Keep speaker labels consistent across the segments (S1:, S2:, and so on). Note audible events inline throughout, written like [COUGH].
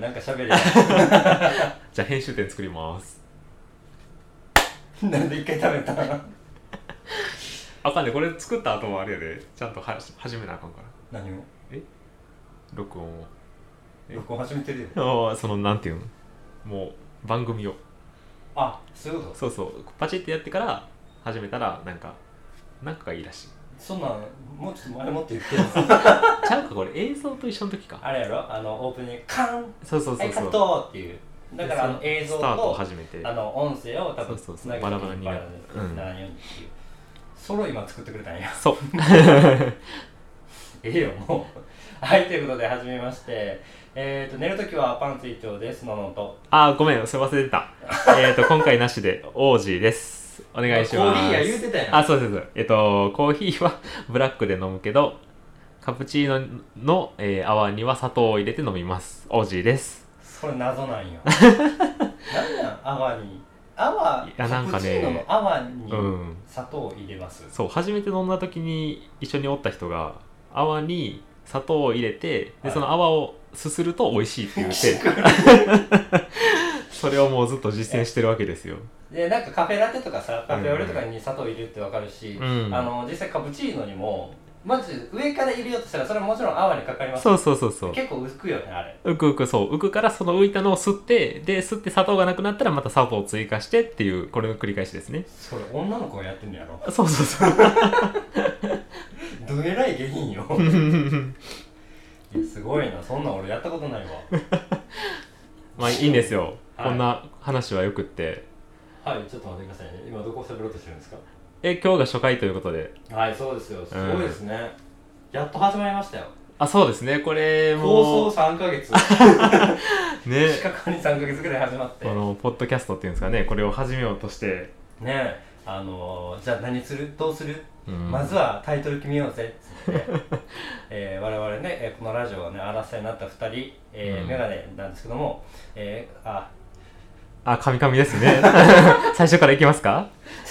S1: なんか喋れ
S2: [LAUGHS] じゃあ編集点作ります
S1: よなんで一回食べた
S2: あかんねこれ作った後もあれやでちゃんとは始めなあかんか
S1: [LAUGHS]
S2: ら
S1: 何も
S2: 録音をえ
S1: 録音始めてるよ
S2: ああそのなんていうのもう番組を
S1: あそういうこと
S2: そうそうパチってやってから始めたらなんかなんかがいいらしい
S1: そんなんもうちょっと前もって言ってよ
S2: [LAUGHS] ちゃうかこれ映像と一緒の時か
S1: あれやろあのオープニングカーン
S2: そうそう
S1: は
S2: そ
S1: いうカ
S2: そ
S1: ッ
S2: う
S1: トっていうだからあの映
S2: でそ
S1: 像
S2: スタートを
S1: と
S2: 始めて
S1: あの音声を多分
S2: そうそうそう
S1: つなげて
S2: バラバラに
S1: バ
S2: な
S1: ラバラに
S2: うん
S1: ならんようにっていうソロ今作ってくれたんや [LAUGHS]
S2: そう
S1: ええよもう [LAUGHS] はいということで始めましてえっ、と寝るときはパンツ一丁ですののんと
S2: ああごめんそれ忘れてた [LAUGHS] えっと今回なしで王子ですお願いしま
S1: コ
S2: す
S1: ーヒーや言うてたやん
S2: あそうですえっとコーヒーは [LAUGHS] ブラックで飲むけどカプチーノの、えー、泡には砂糖を入れて飲みます王子です
S1: それ謎なん
S2: [LAUGHS]
S1: よなんなん泡に泡
S2: いやなんかね
S1: カプチーノの泡に
S2: うん
S1: 砂糖を入れ
S2: [LAUGHS]
S1: ます、
S2: そう初めて飲んだ時に一緒におった人が泡に砂糖を入れて
S1: は
S2: で
S1: い
S2: その泡をすすると美味しいって言
S1: [LAUGHS]
S2: ってそれをもうずっと実践してるわけですよ
S1: でなんかカフェラテとかさカフェオレとかに砂糖入れるってわかるし、
S2: うん
S1: あの実際カプチーノにもマジで上から入れようとしたらそれはもちろん泡にかかります
S2: そうそうそうそう
S1: 結構浮くよねあれ
S2: 浮く浮くそう浮くからその浮いたのを吸ってで吸って砂糖がなくなったらまた砂糖を追加してっていうこれの繰り返しですね
S1: それ女の子がやってんのやろ
S2: そうそうそう
S1: どえらい下品よいやすごいなそんなん俺やったことないわ
S2: [LAUGHS] [LAUGHS] まあいいんですよ、
S1: はい
S2: こんな話はよくって
S1: はいちょっと待ってくださいね今どこを喋ろうとしてるんですか
S2: え今日が初回ということで
S1: はいそうですよすごいですね、やっと始まりましたよ
S2: あそうですねこれ
S1: 構
S2: も
S1: 想3ヶ月 [LAUGHS]
S2: ね
S1: 近くに3ヶ月ぐらい始まって
S2: このポッドキャストっていうんですかねこれを始めようとして、
S1: ねえあのー、じゃあ何するどうする、
S2: うん
S1: まずはタイトル決めよう
S2: [LAUGHS]
S1: ぜっつって、えー、我々ねえーこのラジオはね争いになった2人、えー
S2: うん
S1: メガネなんですけども、えー、あ
S2: あカミカミです [LAUGHS] ね最初からいきますか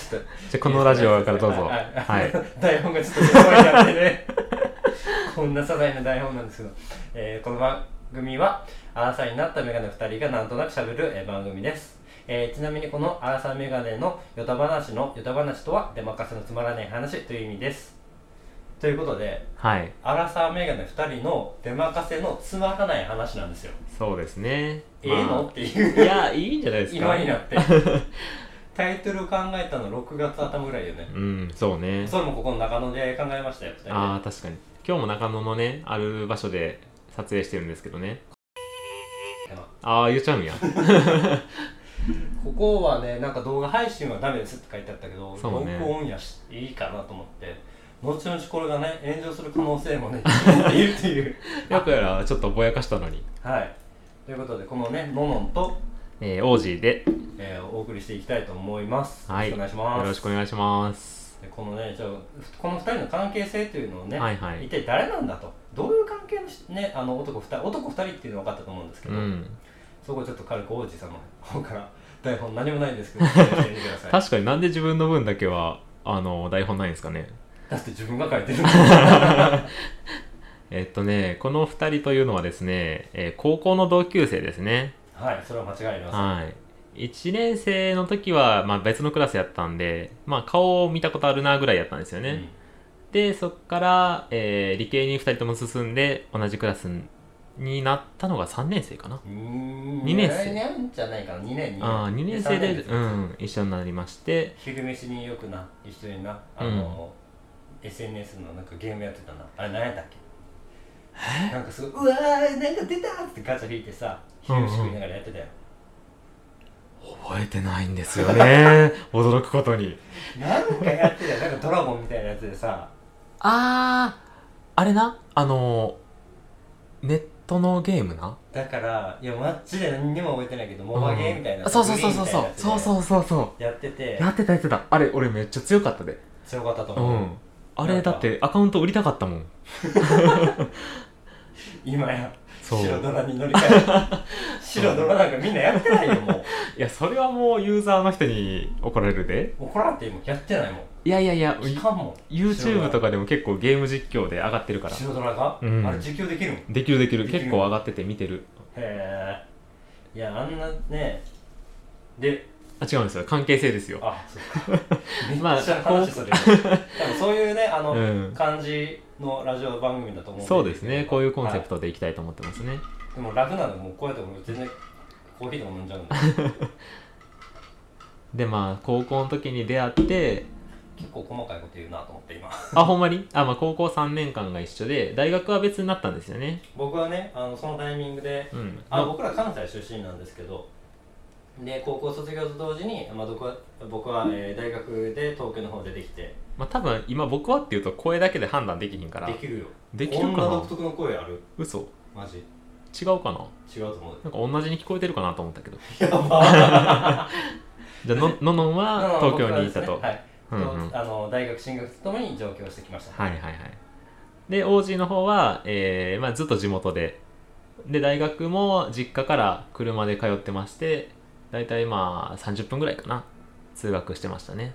S1: ちょっと
S2: じゃあこのラジオからどうぞ
S1: はいはい
S2: は
S1: はい
S2: い、
S1: [LAUGHS] 台本がちょっとすごいなってね [LAUGHS] こんな些細な台本なんですけど、えーこの番組はアーサーになったメガネ2人がなんとなくしゃべる、えー番組です、えーちなみにこのアーサーメガネのヨタ話のヨタ話とは出まかせのつまらない話という意味ですということで
S2: はい、
S1: アラサーメガネ2人の出まかせのつまらない話なんですよ、
S2: そうですね
S1: ええの
S2: ま
S1: っていう
S2: あいやいいんじゃないですか
S1: 今になって
S2: [LAUGHS]
S1: タイトル考えたの6月頭ぐらいよね
S2: うんそうね
S1: それもここの中野で考えましたよ、二人で
S2: ああ確かに今日も中野のねある場所で撮影してるんですけどねああ言っちゃう
S1: [LAUGHS]
S2: んや
S1: ここはね、なんか動画配信はダメですって書いてあったけど、
S2: そう
S1: 録
S2: ね
S1: 音やし、いいかなと思って、後々これがね、炎上する可能性もね、いるって
S2: [LAUGHS]
S1: いう。
S2: よくやらちょっとぼやかしたのに、
S1: はい。ということで、このね、ののんと、
S2: えー、王子で
S1: えーお送りしていきたいと思います。
S2: はい
S1: よろしくお願いします。
S2: よろしくお願いします
S1: でこのね、じゃあこの二人の関係性というのをね、
S2: はいはい
S1: 一体誰なんだと、どういう関係のしね、あの男二人、男二人っていうのは分かったと思うんですけ
S2: う
S1: ど、
S2: ん
S1: そこをちょっと軽く王子様の方
S2: [LAUGHS]
S1: から台本何もないんですけど、教えてください。
S2: 確かになんで自分の分だけはあの台本ないんですかね
S1: だって自分が書い
S2: [LAUGHS]
S1: てるんだから。
S2: えっとねこの2人というのはですね、えー高校の同級生ですね
S1: はい、それは間違いありま
S2: はい1年生の時は、まあ、別のクラスやったんで、まあ、顔を見たことあるなぐらいやったんですよ
S1: せん。
S2: ね、でそっから、えー理系に2人とも進んで同じクラスになったのが3年生かな、
S1: うん。
S2: 二年生
S1: 来年じゃないかな、2年に。
S2: あ2年生で
S1: 三
S2: うん、一緒になりまして
S1: 昼飯によくな、一緒にな、あの、SNS のなんかゲームやってたな。あれ、何やったっけなんかすごい、うわー、なんか出たーってガチャ引いてさ、昼飯食いながらやってたよ。
S2: 覚えてないんですよね [LAUGHS] 驚くことに
S1: なんかやってたよ、なんかドラゴンみたいなやつでさ、
S2: あーあれなあのーネットのゲームな
S1: だから、いや、マッチで何にも覚えてないけど、モバゲーみたいな。
S2: うんそうそうそうそうそうそう
S1: う。
S2: そうそうそ
S1: やってて
S2: う、やってたやってたあれ俺めっちゃ強かったで
S1: 強かったと
S2: う
S1: 思う。
S2: んあれだってアカウント売りたかったもん
S1: 今や
S2: そう
S1: 白ドラに乗り換
S2: [LAUGHS]
S1: え白ドラなんかみんなやってないよも
S2: いやそれはもうユーザーの人に怒られるで
S1: う怒らんって今やってないもん
S2: いやいやいや
S1: 期間も
S2: YouTube とかでも結構ゲーム実況で上がってるから
S1: 白ドラが、
S2: うん
S1: あれ実況できるん
S2: できるできる
S1: できる
S2: 結構上がってて見てる
S1: へえいやあんなねで
S2: あ違うんですよ関係性ですよ
S1: あそっ
S2: [LAUGHS]
S1: かめ
S2: まあ
S1: っちゃ話する、多分そういうねあの、
S2: うん
S1: 感じのラジオ番組だと思うん
S2: そうですねこういうコンセ
S1: は
S2: プトでいきたいと思ってますね
S1: いでも楽なのもうこうやって俺全然コーヒーでも飲んじ
S2: [LAUGHS]
S1: ゃうんで
S2: でまあ高校の時に出会って
S1: 結構細かいこと言うなと思って今
S2: あほんまにあ、まあ、高校3年間が一緒で大学は別になったんですよね
S1: 僕はねあのそのタイミングで
S2: うん
S1: あ
S2: ま
S1: 僕ら関西出身なんですけどで高校卒業と同時に、まあ、僕は僕は、えー大学で東京の方出てきて
S2: まあ多分今僕はっていうと声だけで判断できひんから
S1: できるよ
S2: できるかな
S1: こんな独特の声ある
S2: 嘘
S1: マジ
S2: 違うかな
S1: 違うと
S2: [LAUGHS]
S1: 思う
S2: なんか同じに聞こえてるかなと思ったけど
S1: やば [LAUGHS]
S2: じゃあのののんは [LAUGHS] 東京にいたと、
S1: 僕はです
S2: う
S1: ね
S2: ん
S1: はい
S2: うん
S1: とあの大学進学とともに上京してきました
S2: はいはいはいで OG の方は、えーまあ、ずっと地元でで大学も実家から車で通ってまして大体まあ30分ぐらいかな通学してましたね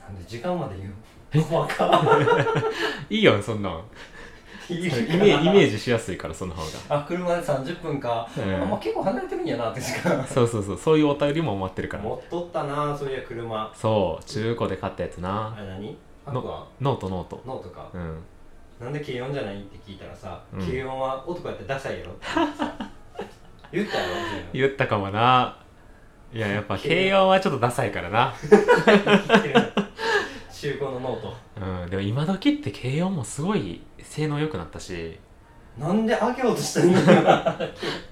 S1: なんで時間まで言う細か
S2: いいよそんなん
S1: いイ
S2: [LAUGHS] イメージイメージしやすいからその方が、
S1: あ車で30分か、
S2: うん
S1: あ
S2: [LAUGHS]
S1: まあ結構離れてるんやなって時間
S2: そうそうそうそういうお便りも待ってるから
S1: 持っとったなそういや車
S2: そう中古で買ったやつ
S1: あ
S2: な
S1: れ何アクア
S2: のノートノート
S1: ノートか
S2: うん
S1: なんで軽音じゃないって聞いたらさ、
S2: うん
S1: 軽音は男やってダサいやろ
S2: [LAUGHS]
S1: って言ってさ言ったやろ自
S2: 言ったかもないややっぱ軽音はちょっとダサいからな
S1: 分の [LAUGHS] 中古のノート
S2: うん、でも今時って軽音もすごい性能良くなったし
S1: なんで上げようとして
S2: [LAUGHS]
S1: んの今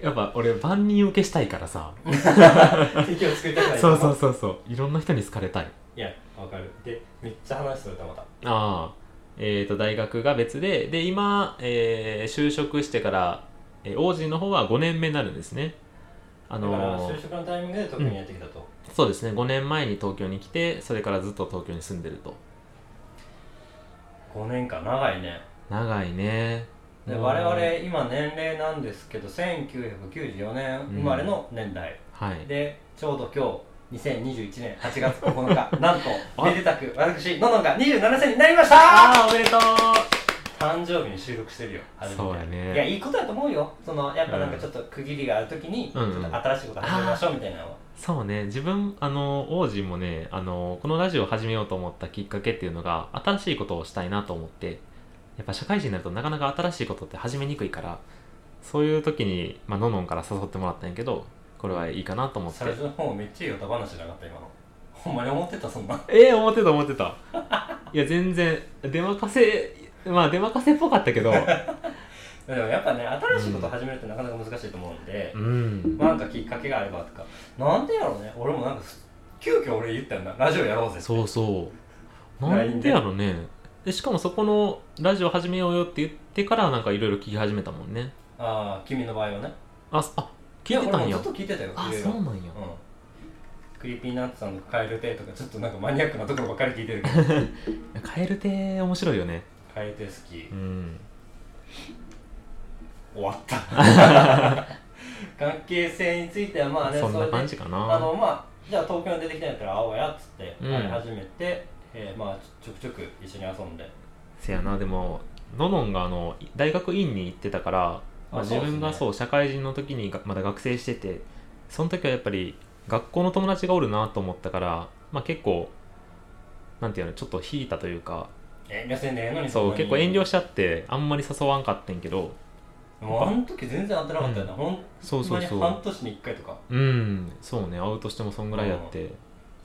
S2: やっぱ俺万人受けしたいからさ
S1: 敵を作りたくない
S2: そうそうそうそういろんな人に好かれたい
S1: いやわかるでめっちゃ話しとれたまた
S2: ああえー、と大学が別でで今、えー就職してから、えー、王子の方は5年目になるんですねあ
S1: だから
S2: のー
S1: 就職のタイミングで特にやってきたと、
S2: そうですね5年前に東京に来てそれからずっと東京に住んでると
S1: 5年間長いね
S2: 長いね
S1: で
S2: もう
S1: 我々今年齢なんですけど1994年生まれの年代、
S2: はい
S1: でちょうど今日2021年8月9日なんと
S2: あ
S1: めでたく私ののんが27歳になりました
S2: ああおめでとう
S1: 誕生日に収録してるよ初めて
S2: そうやね
S1: いやいいことだと思うよそのやっぱなんかちょっと区切りがあるときに、
S2: うんうん
S1: ちょっと新しいこと始めましょうみたいなのは
S2: そうね自分あの王子もねあのこのラジオを始めようと思ったきっかけっていうのが新しいことをしたいなと思ってやっぱ社会人になるとなかなか新しいことって始めにくいからそういう時に、まあののんから誘ってもらったんやけどこれはいいかなと思って
S1: 最初の方めっちゃいい歌話じゃなかった今のほんまに思ってたそんな [LAUGHS]
S2: ええ思ってた思ってたいや全然出任せまあ出任せっぽかったけ
S1: [LAUGHS]
S2: ど
S1: でもやっぱね新しいこと始めるってなかなか難しいと思うんで
S2: う、ん
S1: まあなんかきっかけがあればとかなんでやろうね俺もなんか急遽俺言ったよなラジオやろうぜって
S2: そうそうなんでやろねでしかもそこのラジオ始めようよって言ってからなんかいろいろ聞き始めたもんね
S1: ああ君の場合はね
S2: あ、そあ、聞いてたん
S1: いや俺
S2: や
S1: も。ずっと聞いてたよ
S2: あ、
S1: いろい
S2: そ
S1: ろ
S2: うなんや。
S1: うんクリーピーナッツさんの「カエル亭」とかちょっとなんかマニアックなところばっかり聞いてる
S2: [LAUGHS]
S1: けど
S2: カエル亭面白いよね。
S1: カエル亭好き
S2: うん。
S1: 終わった
S2: [LAUGHS]
S1: 関係性についてはまあね
S2: そんな感
S1: れで
S2: じか
S1: あ
S2: な。
S1: のまあじゃあ東京に出てきたんやったら青やっつって、
S2: うん
S1: あれ始めて、えーまあちょくちょく一緒に遊んで
S2: せやな、でも、ののんがあの大学院に行ってたから、まあ、
S1: あ
S2: 自分が
S1: そ
S2: そう、社会人の時にがまだ学生してて、その時はやっぱり学校の友達がおるなと思ったから、まあ結構、なんていうの、ちょっと引いたというか、
S1: 遠慮せんでええのに
S2: そう、結構遠慮
S1: し
S2: しちゃって、あんまり誘わんかってんけど、
S1: もうあの時全然当たらなかったよな、ほん
S2: そうそう
S1: ほ
S2: そ
S1: んまに半
S2: う。
S1: 年に1回とか
S2: うん、そうね、会うとしてもそんぐらいやって。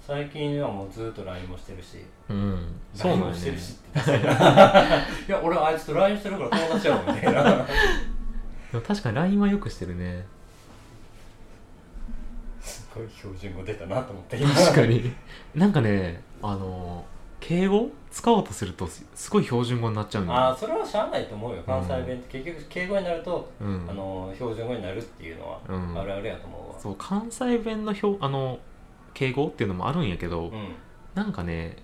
S1: 最近はもうずっと LINE もしてるし
S2: うん、そう
S1: LINE
S2: なん
S1: も
S2: や
S1: して
S2: ね
S1: る。しってダサいな [LAUGHS] いや俺あいつと LINE してるから友達やもんみたいな
S2: でも確かに LINE はよくしてるね。
S1: すごい標準語出たなと思って
S2: 確かに [LAUGHS] なんかねあの敬語使おうとするとすすごい標準語になっちゃうんだよ
S1: ああそれはしゃあないと思うよ関西弁って結局敬語になると、
S2: うん
S1: あの標準語になるっていうのは
S2: うん
S1: あるあるやと思うわ、
S2: そう関西弁の表あの敬語っていうのもあるんやけど、
S1: うん
S2: なんかね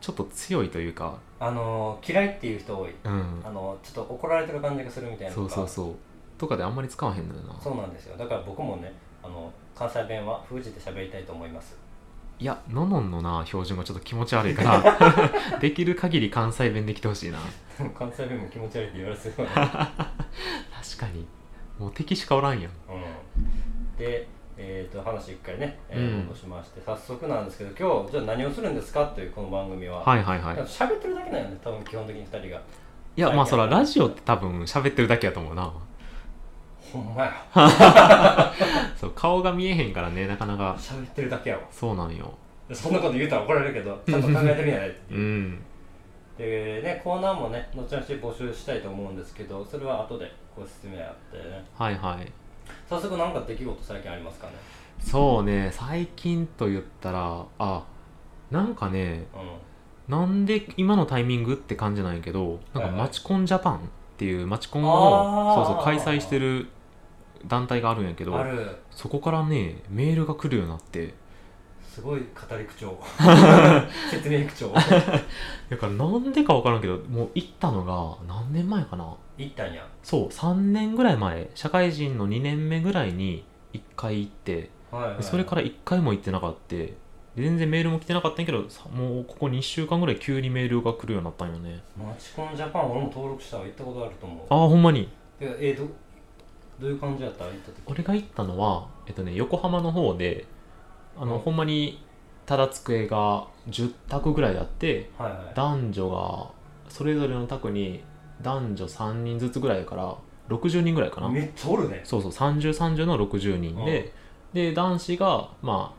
S2: ちょっと強いというか、
S1: あの嫌いっていう人多い
S2: うん、
S1: あのちょっと怒られてる感じがするみたいな
S2: そ
S1: の
S2: う
S1: が
S2: そうそうとかであんまり使わへんのよな
S1: そうなんですよだから僕もねあの関西弁は封じて喋りたいと思います
S2: [LAUGHS] いやののんのな標準語ちょっと気持ち悪いか
S1: [LAUGHS]
S2: らできる限り関西弁できてほしいな [LAUGHS]
S1: でも関西弁も気持ち悪いって言われてるわね
S2: 確かにもう敵しかおらんやん
S1: うん、で、えー、と話一回ね、えー
S2: うん
S1: 戻しまして、早速なんですけど今日じゃあ何をするんですかというこの番組は、
S2: はいはいはい
S1: だから喋ってるだけなんよね多分基本的に2人が
S2: いやまあそらラジオって多分喋ってるだけやと思うな
S1: ほんまや
S2: そう顔が見えへんからねなかなか
S1: 喋ってるだけやわ
S2: そうなんよ
S1: そんなこと言うたら怒られるけどちゃんと考えてみないって
S2: う
S1: いう、
S2: ん
S1: でねコーナーもね後々募集したいと思うんですけどそれは後でご説明あってね
S2: はいはい
S1: 早速何か出来事最近ありますかね
S2: そうね最近と言ったらあなんかね
S1: う
S2: なんで今のタイミングって感じなんやけどなん
S1: は
S2: か
S1: いはい
S2: マチコンジャパンっていうマチコン
S1: あ
S2: を
S1: ー
S2: そうそう開催してる団体があるんやけ
S1: ん
S2: ど
S1: ある
S2: そこからねメールが来るようになって
S1: すごい語り口
S2: [LAUGHS]
S1: 調説明口調
S2: だからなんでか分からんけどもう行ったのが何年前かない
S1: ったんや
S2: そう3年ぐらい前社会人の2年目ぐらいに1回行って
S1: はい、はい、
S2: でそれから1回も行ってなかったで全然メールも来てなかったんやけどさもうここ2週間ぐらい急にメールが来るようになったんよね
S1: マチコンジャパン俺も登録したわ行ったことあると思う
S2: ああほんまに
S1: でえどどういう感じやった行った時
S2: 俺が行ったのは、えっとね、横浜の方であの、
S1: うん
S2: ほんまにただ机が10卓ぐらいあって
S1: はいはい
S2: 男女がそれぞれの卓に男女3人ずつぐらいやから60人ぐらいかな
S1: めっちゃおるね
S2: そうそう3030の60人で、で男子がまあ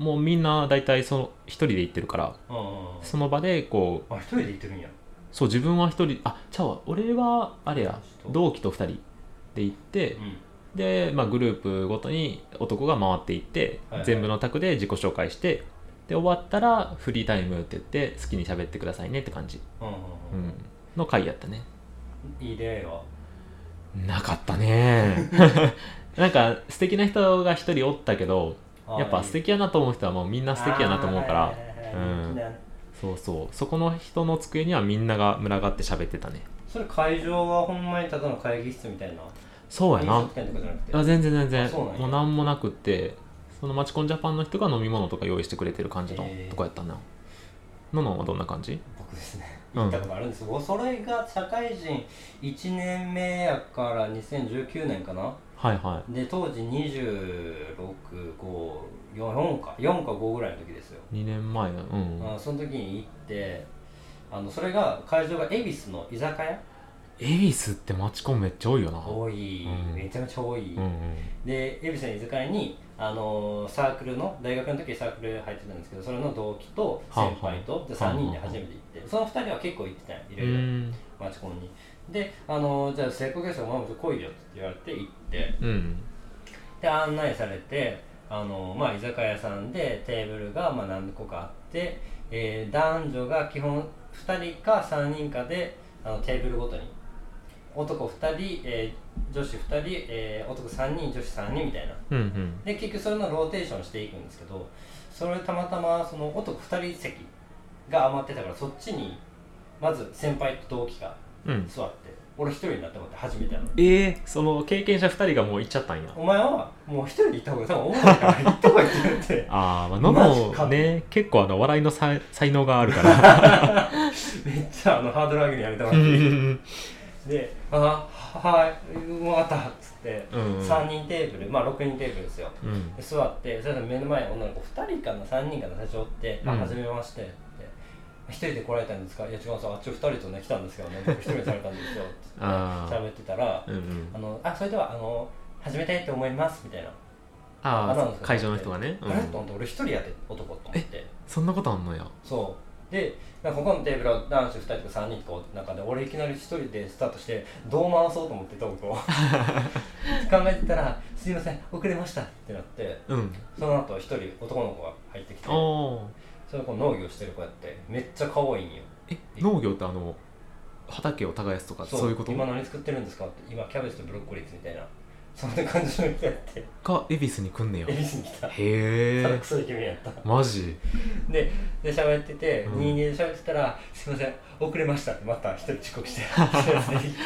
S2: もうみんな大体その1人で行ってるから
S1: うんうんうん
S2: その場でこう
S1: あ一人で行ってるんや
S2: そう自分は1人あちゃうわ俺はあれや同期と2人で行って、
S1: うん
S2: で、まあ、グループごとに男が回っていって、
S1: はいはい
S2: 全部の卓で自己紹介してで終わったらフリータイムって言って好きに喋ってくださいねって感じ、
S1: うん
S2: う
S1: うん
S2: ん、の回やったね
S1: うんいい出会いは
S2: なかったね [LAUGHS] なんか素敵な人が一人おったけど
S1: あー
S2: やっぱ素敵やなと思う人はもうみんな素敵やなと思うか
S1: あ
S2: ら
S1: ーはいはい
S2: うん
S1: はいはい
S2: そうそうそこの人の机にはみんなが群がって喋ってたね
S1: それ会場はほんまにただの会議室みたいな
S2: そうや
S1: 飲
S2: な
S1: 食店とかじゃなくて
S2: あ全然全然
S1: あそうなんや
S2: もう何もなくってそのマチコンジャパンの人が飲み物とか用意してくれてる感じの
S1: へー
S2: とこやったなののんはどんな感じ
S1: 僕ですね
S2: う
S1: 行
S2: ん
S1: ったことあるんですよ、それが社会人1年目やから2019年かな
S2: はいは
S1: で当時26544か4か5ぐらいの時ですよ、
S2: い2年前のうん
S1: あその時に行ってあのそれが会場が恵比寿の居酒屋
S2: 恵比寿ってマチコンめっちゃ多いよな
S1: 多い、
S2: うん
S1: めちゃめちゃ多い、
S2: うんうん
S1: で恵比寿の居酒屋に、あのーサークルの大学の時サークル入ってたんですけどそれの同期と先輩と、
S2: はあはあ
S1: で3人で初めて行って、その2人は結構行ってたんよいうろいろ
S2: ん
S1: 町コンにで、あのーじゃあ成功ゲストお前も来いよって言われて行って
S2: うん
S1: で案内されて、あのーまあ、居酒屋さんでテーブルがまあ何個かあって、えー男女が基本2人か3人かであのテーブルごとに男2人、えー女子2人、えー男3人女子3人みたいな
S2: うんうん
S1: で結局それのローテーションしていくんですけどそれたまたまその男2人席が余ってたからそっちにまず先輩と同期が
S2: うん
S1: 座って俺一人になってもらって初めてやの
S2: えー、その経験者2人がもう行っちゃったんや
S1: お前はもう一人で行った方が多分面白いから行った方がいいって言って
S2: あーまあ
S1: マジ
S2: の
S1: か
S2: のね結構あの笑いの才才能があるから
S1: [LAUGHS] めっちゃあのハードル上げにやめたわ
S2: うんう
S1: け
S2: ん
S1: で「あははい分かった」っつって、
S2: うん
S1: 3人テーブルまあ6人テーブルですよ
S2: うん
S1: で座ってそれで目の前に女の子2人かな3人かな最初おって「あ
S2: うん
S1: 初めまして」って「1人で来られたんですか?」「いや違うんですよあっち2人とね来たんですけどね僕1人でされたんですよ」って言っ
S2: [LAUGHS] あ
S1: て
S2: ー
S1: 喋ってたら
S2: うんうん
S1: 「あのあそれではあの始めたいと思います」みたいなアナウン
S2: あ
S1: ス
S2: ー
S1: が
S2: 会場の人がね、う
S1: あれと
S2: ん、
S1: 思って俺一人やで男と思って
S2: そんなことあんのや
S1: そうでなんか他のテーブルは男子2人とか3人とかおる中で俺いきなり一人でスタートしてどう回そうと思ってトークを考
S2: [LAUGHS]
S1: えてたら「すいません遅れました」ってなって
S2: うん
S1: その後一人男の子が入ってきて
S2: ああ
S1: その子農業してる子やってめっちゃ可愛いんよ
S2: え農業ってあの畑を耕すとかそういうこと
S1: 今何作ってるんですかって今キャベツとブロッコリーですみたいなそんな感じの人や
S2: [LAUGHS]
S1: って
S2: が恵比寿に来んねや
S1: 恵
S2: へ
S1: 比寿に来たただ
S2: え
S1: クソイケメンやった
S2: マジ
S1: でで喋ってて、
S2: うん
S1: 22で喋ってたら「すいません遅れました」ってまた一人遅刻して [LAUGHS] 一人出てきて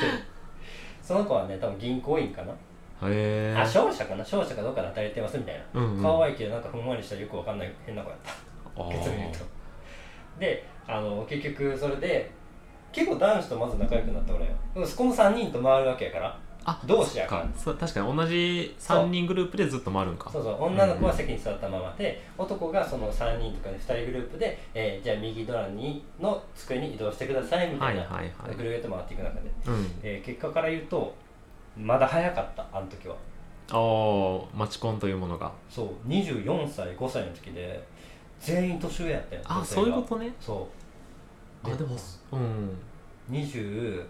S1: その子はね多分銀行員かな、
S2: へえ
S1: あ商社かな商社かどうかで働いてますみたいな、
S2: うんうん
S1: 可愛いけどなんかふんわりしたよくわかんない変な子やった
S2: あ
S1: 結論言う
S2: ー
S1: と [LAUGHS] であの結局それで結構男子とまず仲良くなった俺よでもそこの3人と回るわけやから
S2: あ
S1: 同士やから
S2: そっそう確かに同じ3人グループでずっと回るんか
S1: そうそう女の子は席に座ったままで、男がその3人とかで2人グループで、えーじゃあ右ドラにの机に移動してくださいみたいな、
S2: はいはいはい
S1: ぐるぐるっと回っていく中で、
S2: うん
S1: えー結果から言うとまだ早かったあの時は
S2: ああマチコンというものが
S1: そう24歳5歳の時で全員年上やったよ
S2: あ
S1: 女性が
S2: そういうことね
S1: そう
S2: あでもうん
S1: 26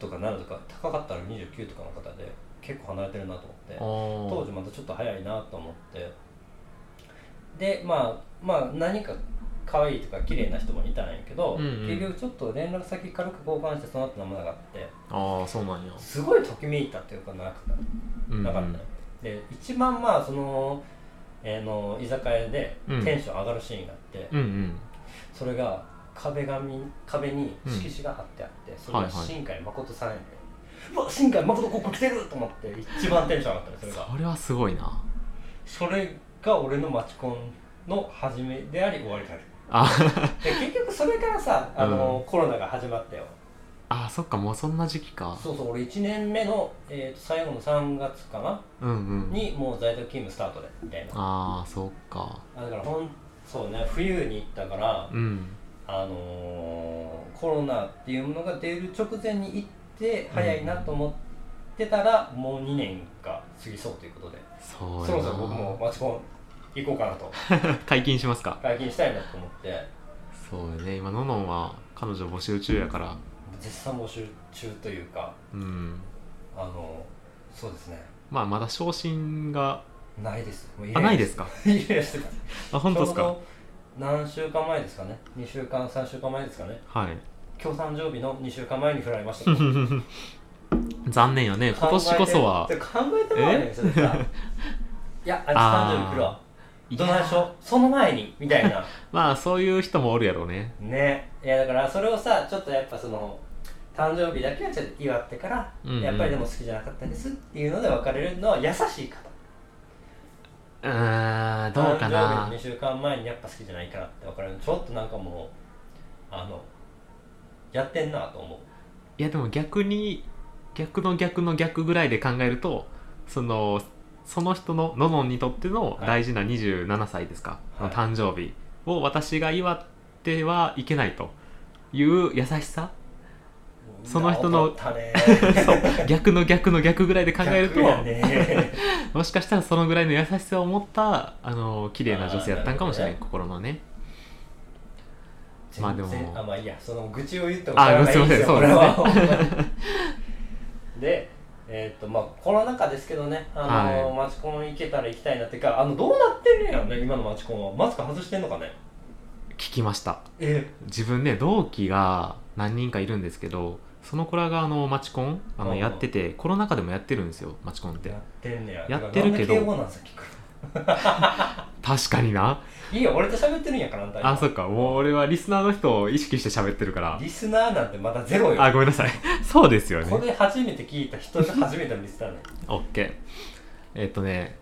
S1: とか7とか高かったら29とかの方で結構離れてるなと思って当
S2: 当
S1: 時またちょっと早いなと思ってでまあまあ何か可愛いとか綺麗な人もいたんやけど、
S2: うんうん
S1: 結局ちょっと連絡先軽く交換してその後名前があって
S2: ああそうなんや
S1: すごいときめいたっていうかなかった
S2: うん
S1: なかったね、で一番まあその,、えーの居酒屋で
S2: うん
S1: テンション上がるシーンがあって、
S2: うんうん
S1: それが壁紙壁に色紙が貼ってあって、それ
S2: は
S1: が
S2: いはい
S1: 新海誠さんやで、うわ新海誠ここ来てると思って一番テンション上がったねそれが
S2: それはすごいな
S1: それが俺のマチコンの始めであり終わりだね
S2: あ
S1: で結局それからさあの、コロナが始まったよ
S2: あそっかもうそんな時期か
S1: そうそう俺1年目の、えーと最後の3月かな
S2: うんうん
S1: にもう在宅勤務スタートでみたいな
S2: ああそっか
S1: あだからほんそうね冬に行ったから、
S2: うん
S1: あのーコロナっていうものが出る直前に行って早いなと思ってたら、もう2年が過ぎそうということで
S2: そうやな
S1: そろそろ僕もマチコン行こうかなと
S2: 解禁しますか
S1: 解禁したいなと思って
S2: そうよね今ののんは彼女募集中やから
S1: 絶賛募集中というか
S2: うん
S1: あのそうですね
S2: まあまだ昇進が
S1: ないですもう
S2: あないですすか
S1: イライラしてた
S2: あ [LAUGHS] 本当で
S1: ち
S2: す
S1: ょ
S2: か
S1: うど何週間前ですかね2週間3週間前ですかね
S2: はい
S1: 今日誕生日の2週間前に振られましたけど
S2: 残念よね今年こそは
S1: 考えて考えてもらえないんですよさ [LAUGHS] いやあいつ誕生日来るわ
S2: い
S1: どない
S2: や
S1: しょその前にみたいな
S2: まあそういう人もおるやろうね
S1: ねいやだからそれをさちょっとやっぱその誕生日だけはちょっと祝ってから、
S2: うんうん
S1: やっぱりでも好きじゃなかったですっていうので別れるのは優しい方
S2: うーんどうか
S1: 誕
S2: な
S1: 生日の2週間前にやっぱ好きじゃないからって分かるちょっとなんかもうあのやってんなと思う
S2: いやでも逆に逆の逆の逆ぐらいで考えるとそのその人のののんにとっての大事な27歳ですか、
S1: はい
S2: の誕生日を私が祝ってはいけないという優しさその人の
S1: みんな劣 [LAUGHS] ったね
S2: 逆の逆の逆ぐらい [LAUGHS] で考えると、
S1: 逆やね
S2: もしかしたらそのぐらいの優しさを持ったあの綺麗な女性やったんかもしれない、
S1: あー
S2: 心のねまあでも
S1: 全然あまあいいやその愚痴を言っても
S2: あ
S1: しょうがないですよ
S2: ご
S1: こ
S2: め
S1: れ
S2: んなさい
S1: はほんまに [LAUGHS] でえーっとまあコロナ禍ですけどねあの、マチコン行けたら行きたいなっていうかあのどうなってんねやろね今のマチコンはマスク外してんのかね
S2: 聞きました
S1: え
S2: 自分ね同期が何人かいるんですけどその子らがあのマチコンあ
S1: う
S2: の
S1: ん
S2: やっててコロナ禍でもやってるんですよマチコンって
S1: やってんねや
S2: やって
S1: な
S2: るけど
S1: んで敬語なんさっきか
S2: 確かにな
S1: らいいよ俺と喋ってるんやからあんた今
S2: あそっかもう俺はリスナーの人を意識して喋ってるから
S1: リスナーなんてまだゼロよ
S2: あごめんなさい [LAUGHS] そうですよ
S1: こ
S2: ね
S1: れ初めて聞いた人が初めてのリスナーね
S2: OK えっとね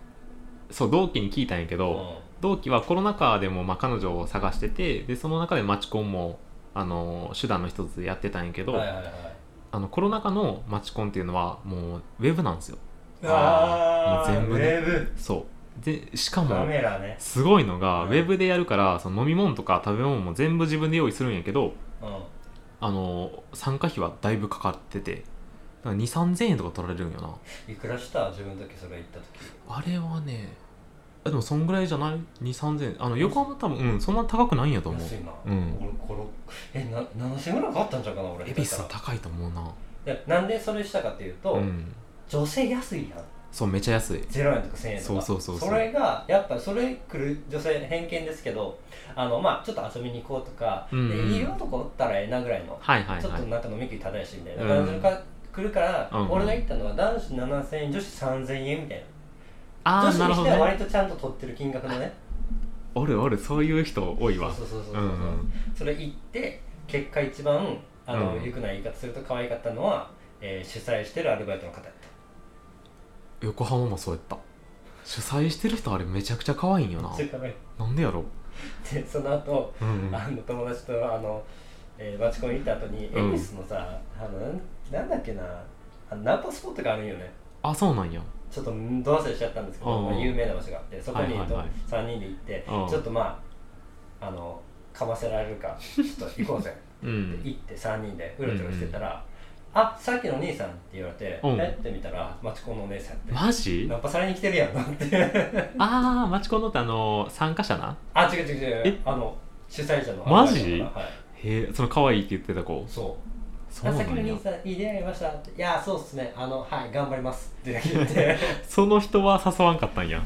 S2: そう同期に聞いたんやけ
S1: う
S2: ど、
S1: ん
S2: 同期はコロナ禍でもまあ彼女を探しててでその中でマチコンもあの手段の一つでやってたんやけど、
S1: はいはいはい
S2: あのコロナ禍のマチコンっていうのはもうウェブなんですよ
S1: あ
S2: あ
S1: ー
S2: ーもう全部ね
S1: ウェブ
S2: そうでしか
S1: カ
S2: も
S1: メラね
S2: すごいのが
S1: う
S2: ウ
S1: ん
S2: ェブでやるからその飲み物とか食べ物も全部自分で用意するんやけど
S1: うん
S2: あの参加費はだいぶかかってて2 3 0 0円とか取られるんよない
S1: くらした自分だけそれ行った時
S2: あれはねあでもそんぐらいじゃない2 3 0 0円あの横浜多分うんそんな高くないんやと思う
S1: 安いな、
S2: うん
S1: 俺これえな7000ぐらい買ったんちゃうかな俺
S2: 恵比寿は高いと思うない
S1: やなんでそれしたかっていうと、
S2: うん
S1: 女性安いやん
S2: そうめちゃ安い
S1: 0円とか1000円とか
S2: そうそうそうそう
S1: れがやっぱそれ来る女性偏見ですけどあのまあちょっと遊びに行こうとか、
S2: うん
S1: でいい男おったらええなぐらいの、
S2: はいはい
S1: ちょっ
S2: は
S1: と
S2: い
S1: なんか飲み食いただやしみたいな
S2: う
S1: 感
S2: ん
S1: じが来るから、
S2: うん
S1: 俺が行ったのは男子7000円女子3000円みたいな
S2: あ
S1: 女
S2: あ
S1: 子
S2: なる
S1: にし
S2: ほ
S1: て
S2: ど
S1: は
S2: ね
S1: 割とちゃんと取ってる金額のね
S2: おるおるそういう人多いわ
S1: そうそうそうそうそう、
S2: うんうん
S1: それ行って結果一番あの、
S2: うん
S1: よくない言い方すると可愛かったのは、えー主催してるアルバイトの方やっ
S2: 横浜もそうやった主催してる人あれめちゃくちゃ可愛いんよな
S1: たそれからね
S2: なんでやろ
S1: でその後、
S2: う、うんうん、
S1: あの友達とあの、えー、マチコン行った後に
S2: うん
S1: 恵比寿のさ、あのなんなんだっけなあナンパスポットがあるんよね
S2: あそうなんや
S1: ちょっとど忘れしちゃったんですけど、
S2: うん
S1: まあ、有名な場所があってそこに
S2: はいはいはい
S1: 3人で行って、
S2: うん
S1: ちょっとまああのかませられるかちょっと行こうぜ
S2: う
S1: って
S2: ん
S1: 行って3人でうろちょろしてたら「あさっきのお兄さん」って言われて「
S2: うん
S1: えっ?」て見たら町子のお姉さんって
S2: マジ
S1: ナンパされに来てるやんなって [LAUGHS]
S2: ああマチコンのってあの参加者な
S1: あ違う違う違う
S2: え
S1: あの主催者の
S2: マジ
S1: はい
S2: へえその可愛いって言ってた子
S1: そう
S2: そ
S1: あ
S2: うな
S1: さっきの
S2: んや
S1: 兄さんいい出会いありましたっていやそうっすねあのはい頑張りますって言って [LAUGHS]
S2: その人は誘わんかったんや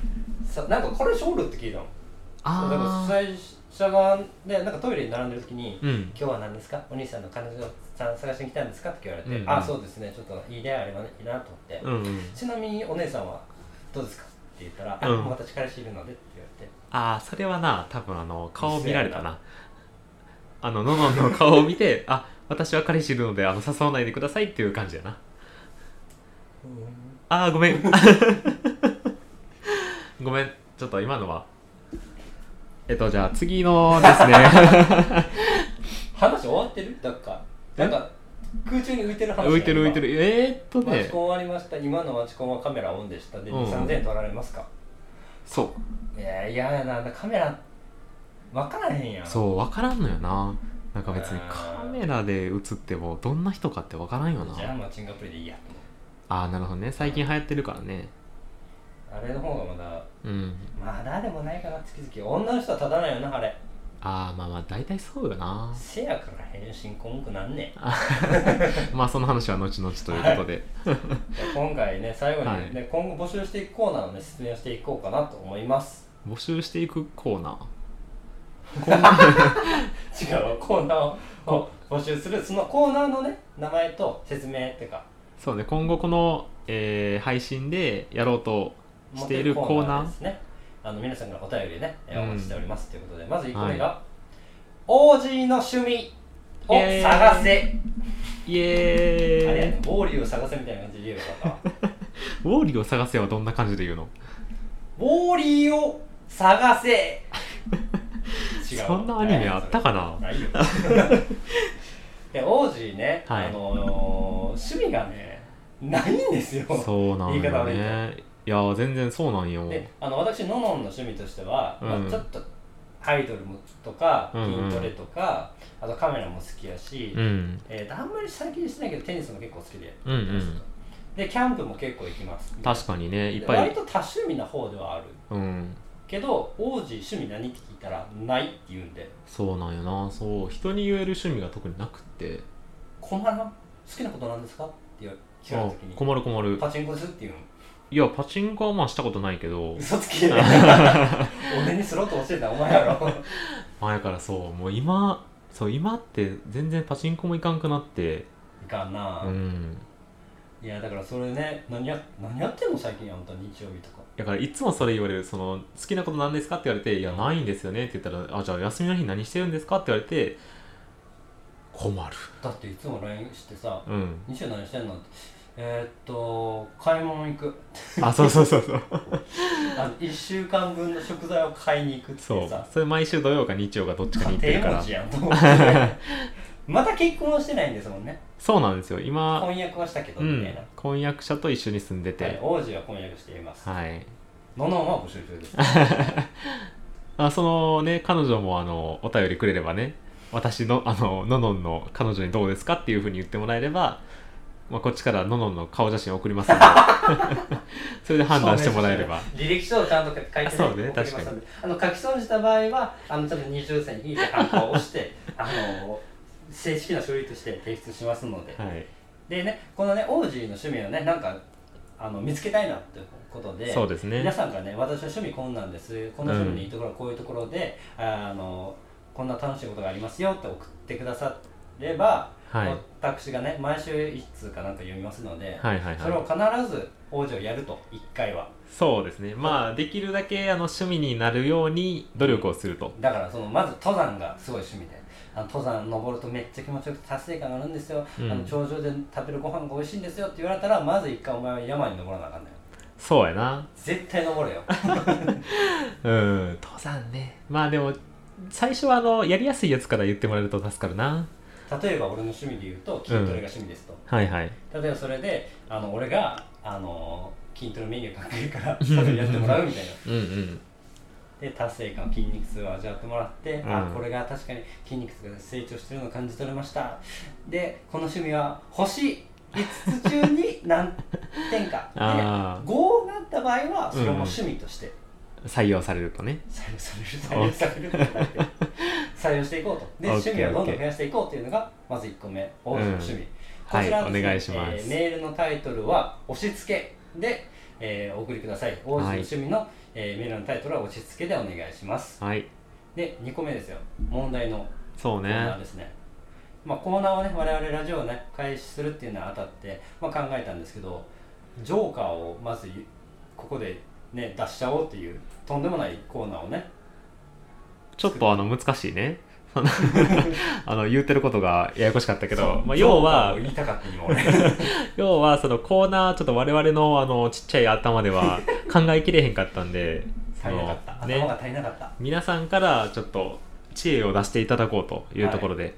S1: さなんかこれショールって聞いたのそうだ
S2: あ
S1: か
S2: あ
S1: ら主催者側でなんかトイレに並んでる時に「
S2: うん
S1: 今日は何ですかお兄さんの彼女さん探しに来たんですか?」って言われて「
S2: うんうん
S1: あそうですねちょっといい出会いあればいいな」と思って、
S2: うんうん
S1: ちなみにお姉さんは「どうですか?」って言ったら「あ
S2: うん
S1: もう私彼氏いるので」って言われて
S2: ああそれはな多分あの顔見られたなあのののの顔を見てあ私は彼氏いるのであの誘わないでくださいっていう感じやな
S1: 「う
S2: あーごめん [LAUGHS] ごめんちょっと今のはえっとじゃあ次のですね
S1: ん話終わってる?」なんかなんか空中に浮いてる話
S2: 浮いてる浮いてるえー、っと
S1: 今マチ
S2: ね
S1: コン終わりました今のマチコンはカメラオンでしたで
S2: うん
S1: 23000円取られますか、
S2: そう
S1: いや嫌やなカメラ分からへんやん
S2: そう分からんのよななんか別に
S1: あー
S2: カメラで映ってもどんな人かって分からんよ
S1: じゃあ
S2: な
S1: マッチングアプリでいいやと思って
S2: ああなるほどね最近流行ってるからね
S1: あれの方がまだ
S2: うん
S1: まだでもないかな月々女の人は立たないよなあれ
S2: ああまあまあ大体そうよな [LAUGHS]
S1: せやから返信こんくなんね
S2: まあその話は後々ということで、
S1: んじゃあ今回ね最後に、ね
S2: はい
S1: 今後募集していくコーナーをね説明をしていこうかなと思います
S2: 募集していくコーナー
S1: 違うコーナーを募集するそのコーナーのね名前と説明っていうか
S2: そうね今後この、えー配信でやろうとしているコーナー
S1: ですねあの皆さんからお便りをねえーお待ちしておりますということで、まず1個目
S2: は
S1: が「王子の趣味を探せ」あ
S2: イ
S1: れやね
S2: エーイ
S1: ウォーリーを探せみたいな感じで言えばよかったわ [LAUGHS]
S2: ウォーリーを探せはどんな感じで言うの
S1: ウォーリーを探せ違う
S2: [LAUGHS] そんなアニメあったかな
S1: [LAUGHS] ない
S2: [LAUGHS]
S1: よで王子ね、
S2: はい
S1: あのー趣味がねないんですよ
S2: そうなん
S1: 言い方
S2: よ
S1: 悪い
S2: ねいやー全然そうなんよ
S1: であの私ののんの趣味としては、
S2: うん
S1: まあ、ちょっとアイドルもとか
S2: うんうん
S1: 筋トレとか、あとカメラも好きやし、
S2: うん
S1: えーとあんまり最近してないけどテニスも結構好きで、
S2: うんうん
S1: でキャンプも結構行きます
S2: 確かにねいっ
S1: で
S2: ぱ
S1: 割
S2: い
S1: と多趣味な方ではある
S2: うん
S1: けど王子趣味何って聞いたらないって言うんで
S2: そうなんよなそう人に言える趣味が特になくって
S1: 困らん好きなことなんですかって聞かれた時
S2: あ
S1: に
S2: 困る困る
S1: パチンコですって言うん
S2: いやパチンコはまあしたことないけど
S1: 嘘つき
S2: [LAUGHS]
S1: 俺にスロット教えたお前やろ
S2: 前からそうもう今そう今って全然パチンコもいかんくなって
S1: いかんな、
S2: うん
S1: いやだからそれね何や何やってんの最近あんた日曜日とか
S2: だからいつもそれ言われるその好きなことなんですかって言われて「いやないんですよね」って言ったら「あじゃあ休みの日何してるんですか?」って言われて困る
S1: だっていつも LINE してさ
S2: うん
S1: 「日曜何してんの?」ってえー、っと買い物行く
S2: あそうそう
S1: [LAUGHS]
S2: そうそう
S1: あの1週
S2: [LAUGHS]
S1: 間分の食材を買いに行くって
S2: そ
S1: さ
S2: うそれ毎週土曜か日曜かどっちかに行って
S1: 家
S2: るか
S1: 庭
S2: ら
S1: 持ちやんと思って
S2: [LAUGHS]
S1: また結婚はしてないんですもんね
S2: そうなんですよ今、
S1: 婚約はしたけど
S2: う
S1: みたい
S2: ん
S1: な、、
S2: 婚約者と一緒に住んで
S1: はい
S2: て
S1: 王子は婚約しています
S2: はい、
S1: ののんは募集中です
S2: あそのね彼女もあのお便りくれればね私のあのののんの彼女にどうですかっていうふうに言ってもらえれば、まあ、こっちからののんの顔写真を送ります [LAUGHS] のでそれで判断してもらえれば
S1: 履歴書をちゃんと書いて、ね、
S2: そうね
S1: 送りますのであの書き損じた場合はあのちょっと二重線引いてハンコを押してあの正式な書類として提出しますので、
S2: はい
S1: でねこのね王子の趣味をねなんかあの見つけたいなってことで
S2: そうです
S1: 皆
S2: ね
S1: さんからね私は趣味こんなんですこの趣味のいいところはこういうところで、あのこんな楽しいことがありますよって送ってくだされば、
S2: はいはい
S1: 私がね毎週一通かなんか読みますので、
S2: はいは
S1: それを
S2: い
S1: 必ず王子をやると1回は
S2: そうですねまあできるだけあの趣味になるように努力をすると
S1: だからそのまず登山がすごい趣味であの登山登るとめっちゃ気持ちよくて達成感があるんですよ、
S2: うん
S1: あの頂上で食べるご飯が美味しいんですよって言われたらまず一回お前は山に登らなあかんねよ
S2: そうやな
S1: 絶対登れよ
S2: うん登山ねまあでも最初はあのやりやすいやつから言ってもらえると助かるな
S1: 例えば俺の趣味で言うと筋トレが趣味ですと、
S2: はいはい
S1: 例えばそれであの俺があの筋トレメニュー考えるからそれやってもらうみたいな
S2: うんうん
S1: で達成感筋肉痛を味わってもらって、
S2: うん
S1: あこれが確かに筋肉痛が成長してるのを感じ取れましたでこの趣味は星5つ中に何点かで
S2: [LAUGHS] あー
S1: 5になった場合はそれも趣味として
S2: 採用されるとね
S1: 採用される採用される
S2: [LAUGHS]
S1: 採用していこうとで
S2: OK
S1: 趣味をどんどん増やしていこうというのがまず1個目大きな趣味、こ
S2: はい
S1: ちらの
S2: お願いします、
S1: えーメールのタイトルは「押し付け」で、えーお送りください王子の趣味の、えーメールのタイトルは「押し付け」でお願いします
S2: はい
S1: で2個目ですよ問題の
S2: そう
S1: コーナ
S2: ね
S1: ーですねまあ、コーナーをね我々ラジオをね開始するっていうのは当たって、まあ、考えたんですけどジョーカーをまずここでね出しちゃおうっていうとんでもないコーナーをね
S2: ちょっとあの難しいね [LAUGHS] そのあの言うてることがややこしかったけ
S1: そ
S2: ど
S1: う、
S2: まあ、
S1: ジョーカー
S2: 要は
S1: を言いたかった今俺
S2: [LAUGHS] 要はそのコーナーちょっと我々のあのちっちゃい頭
S1: [LAUGHS]
S2: では考えきれへんかったんでそ
S1: 足りなかった、
S2: のね
S1: 頭が足りなかった
S2: 皆さんからちょっと知恵を出していただこうというところで、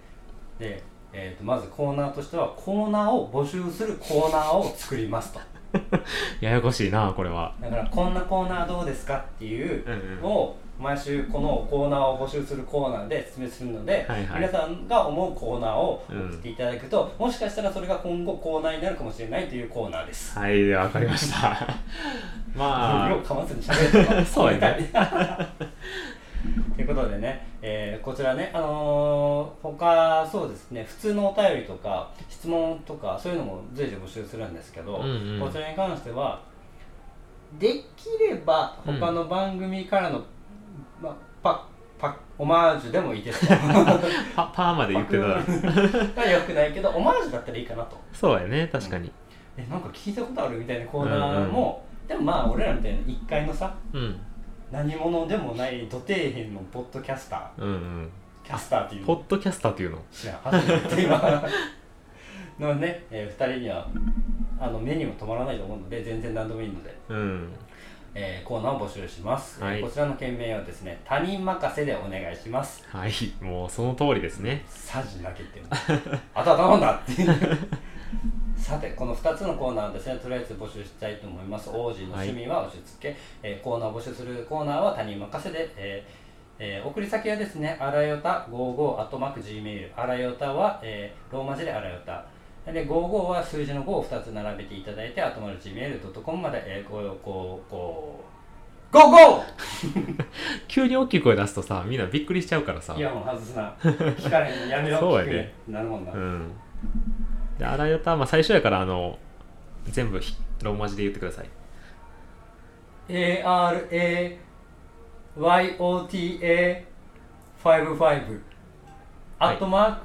S1: で、えー、とまずコーナーとしてはコーナーを募集するコーナーを作りますと
S2: ややこしいなこれは
S1: だからこんなコーナーどうですかっていう
S2: うんうん
S1: のを毎週このコーナーを募集するコーナーで説明するので、
S2: はいはい
S1: 皆さんが思うコーナーを送っていただくと、もしかしたらそれが今後コーナーになるかもしれないというコーナーです。
S2: はいではわかりました
S1: [LAUGHS]
S2: ま
S1: ようかまずに喋るとか
S2: そうやね
S1: [LAUGHS] ということでね、えーこちらね、あのー他そうですね普通のお便りとか質問とかそういうのも随時募集するんですけど、
S2: うんうん
S1: こちらに関してはできれば
S2: うん
S1: 他の番組からの、まあ、パパオマージュでもいいです
S2: [LAUGHS]
S1: よ
S2: あパパーまで言ってた
S1: たよくないけどオマージュだったらいいかなと
S2: そうやね確かに
S1: えなんか聞いたことあるみたいなコーナーも、でもまあ俺らみたいな1階のさ
S2: うん
S1: 何者でもない土底辺のポッドキャスター
S2: うんうん
S1: キャスターっていう
S2: ポッドキャスターっていうの
S1: 知らん初めて今のね、え2人にはあの目にも止まらないと思うので全然何でもいいので、
S2: うん
S1: えーコーナーを募集します、
S2: はい
S1: えーこちらの件名はですね他人任せでお願いします
S2: はいもうその通りですね
S1: サジだけって [LAUGHS] あとは頼んだって [LAUGHS] いうさてこの2つのコーナーをですねとりあえず募集したいと思います王子の趣味は押し付け、えーコーナーを募集するコーナーは他人任せで、えーえー送り先はですねあらよた55アットマーク Gmail あらよたは、えーローマ字であらよたで55は数字の5を2つ並べていただいてあとまる Gmail.com まで、えー、ご要ごごごご
S2: 急に大きい声出すとさみんなびっくりしちゃうからさ
S1: イヤホン外すな聞かれへんやめろ
S2: [LAUGHS] そうや
S1: 聞
S2: で
S1: くねなるもんな、
S2: うんであらよたまあ最初やからあの全部ひローマ字で言ってください
S1: ARAYOTA55 アットマーク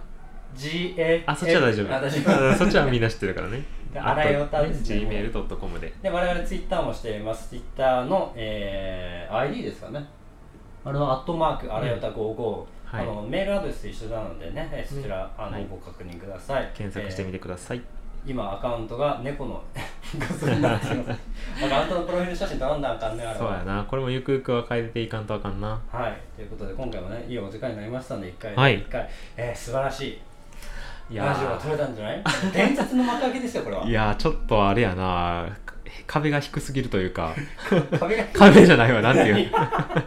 S1: GA
S2: あそっちは大丈
S1: あ大丈
S2: 夫うん
S1: 夫
S2: そっちはみんな知ってるか
S1: [LAUGHS]
S2: らね
S1: であらよたですね
S2: gmail.com で
S1: で我々ツイッターもしていますツイッターの、えー ID ですかねあれはアットマークあらよた55、
S2: はい
S1: あのメールアドレスと一緒なのでね、えーそちら、あの
S2: はい
S1: ご確認ください
S2: 検索して
S1: えー
S2: みてください、
S1: 今アカウントが猫の [LAUGHS] 画像になってます
S2: [LAUGHS]
S1: アカウントのプロフィール写真となんだんあかんねあれは
S2: そうやなこれもゆくゆくは変えていかんとあかんな
S1: はい、ということで今回もねいいお時間になりましたんで一回、
S2: はい
S1: 一回、えー、素晴らしい
S2: い
S1: ラジオが
S2: や
S1: 撮れたんじゃない伝説の幕開けですよこれはい
S2: やーちょっとあれやな壁が低すぎるというか [LAUGHS]
S1: 壁が
S2: 壁じゃないわなんていう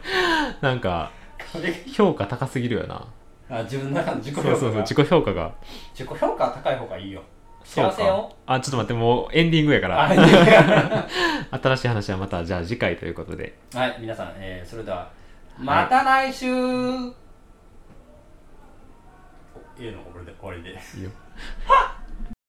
S2: [LAUGHS] なんか
S1: 壁が
S2: 評価高すぎるよな
S1: [LAUGHS] あ自分の中の自己
S2: そ
S1: 評
S2: う
S1: 価が
S2: そうそう自己評価が
S1: 自己評価は高い方がいいよ
S2: そう
S1: 幸
S2: か
S1: せよ
S2: あちょっと待ってもうエンディングやから
S1: あいや [LAUGHS]
S2: 新しい話はまたじゃあ次回ということで
S1: はい皆さん、えー、それではまた来週、い、いの俺で終わりで
S2: いいよ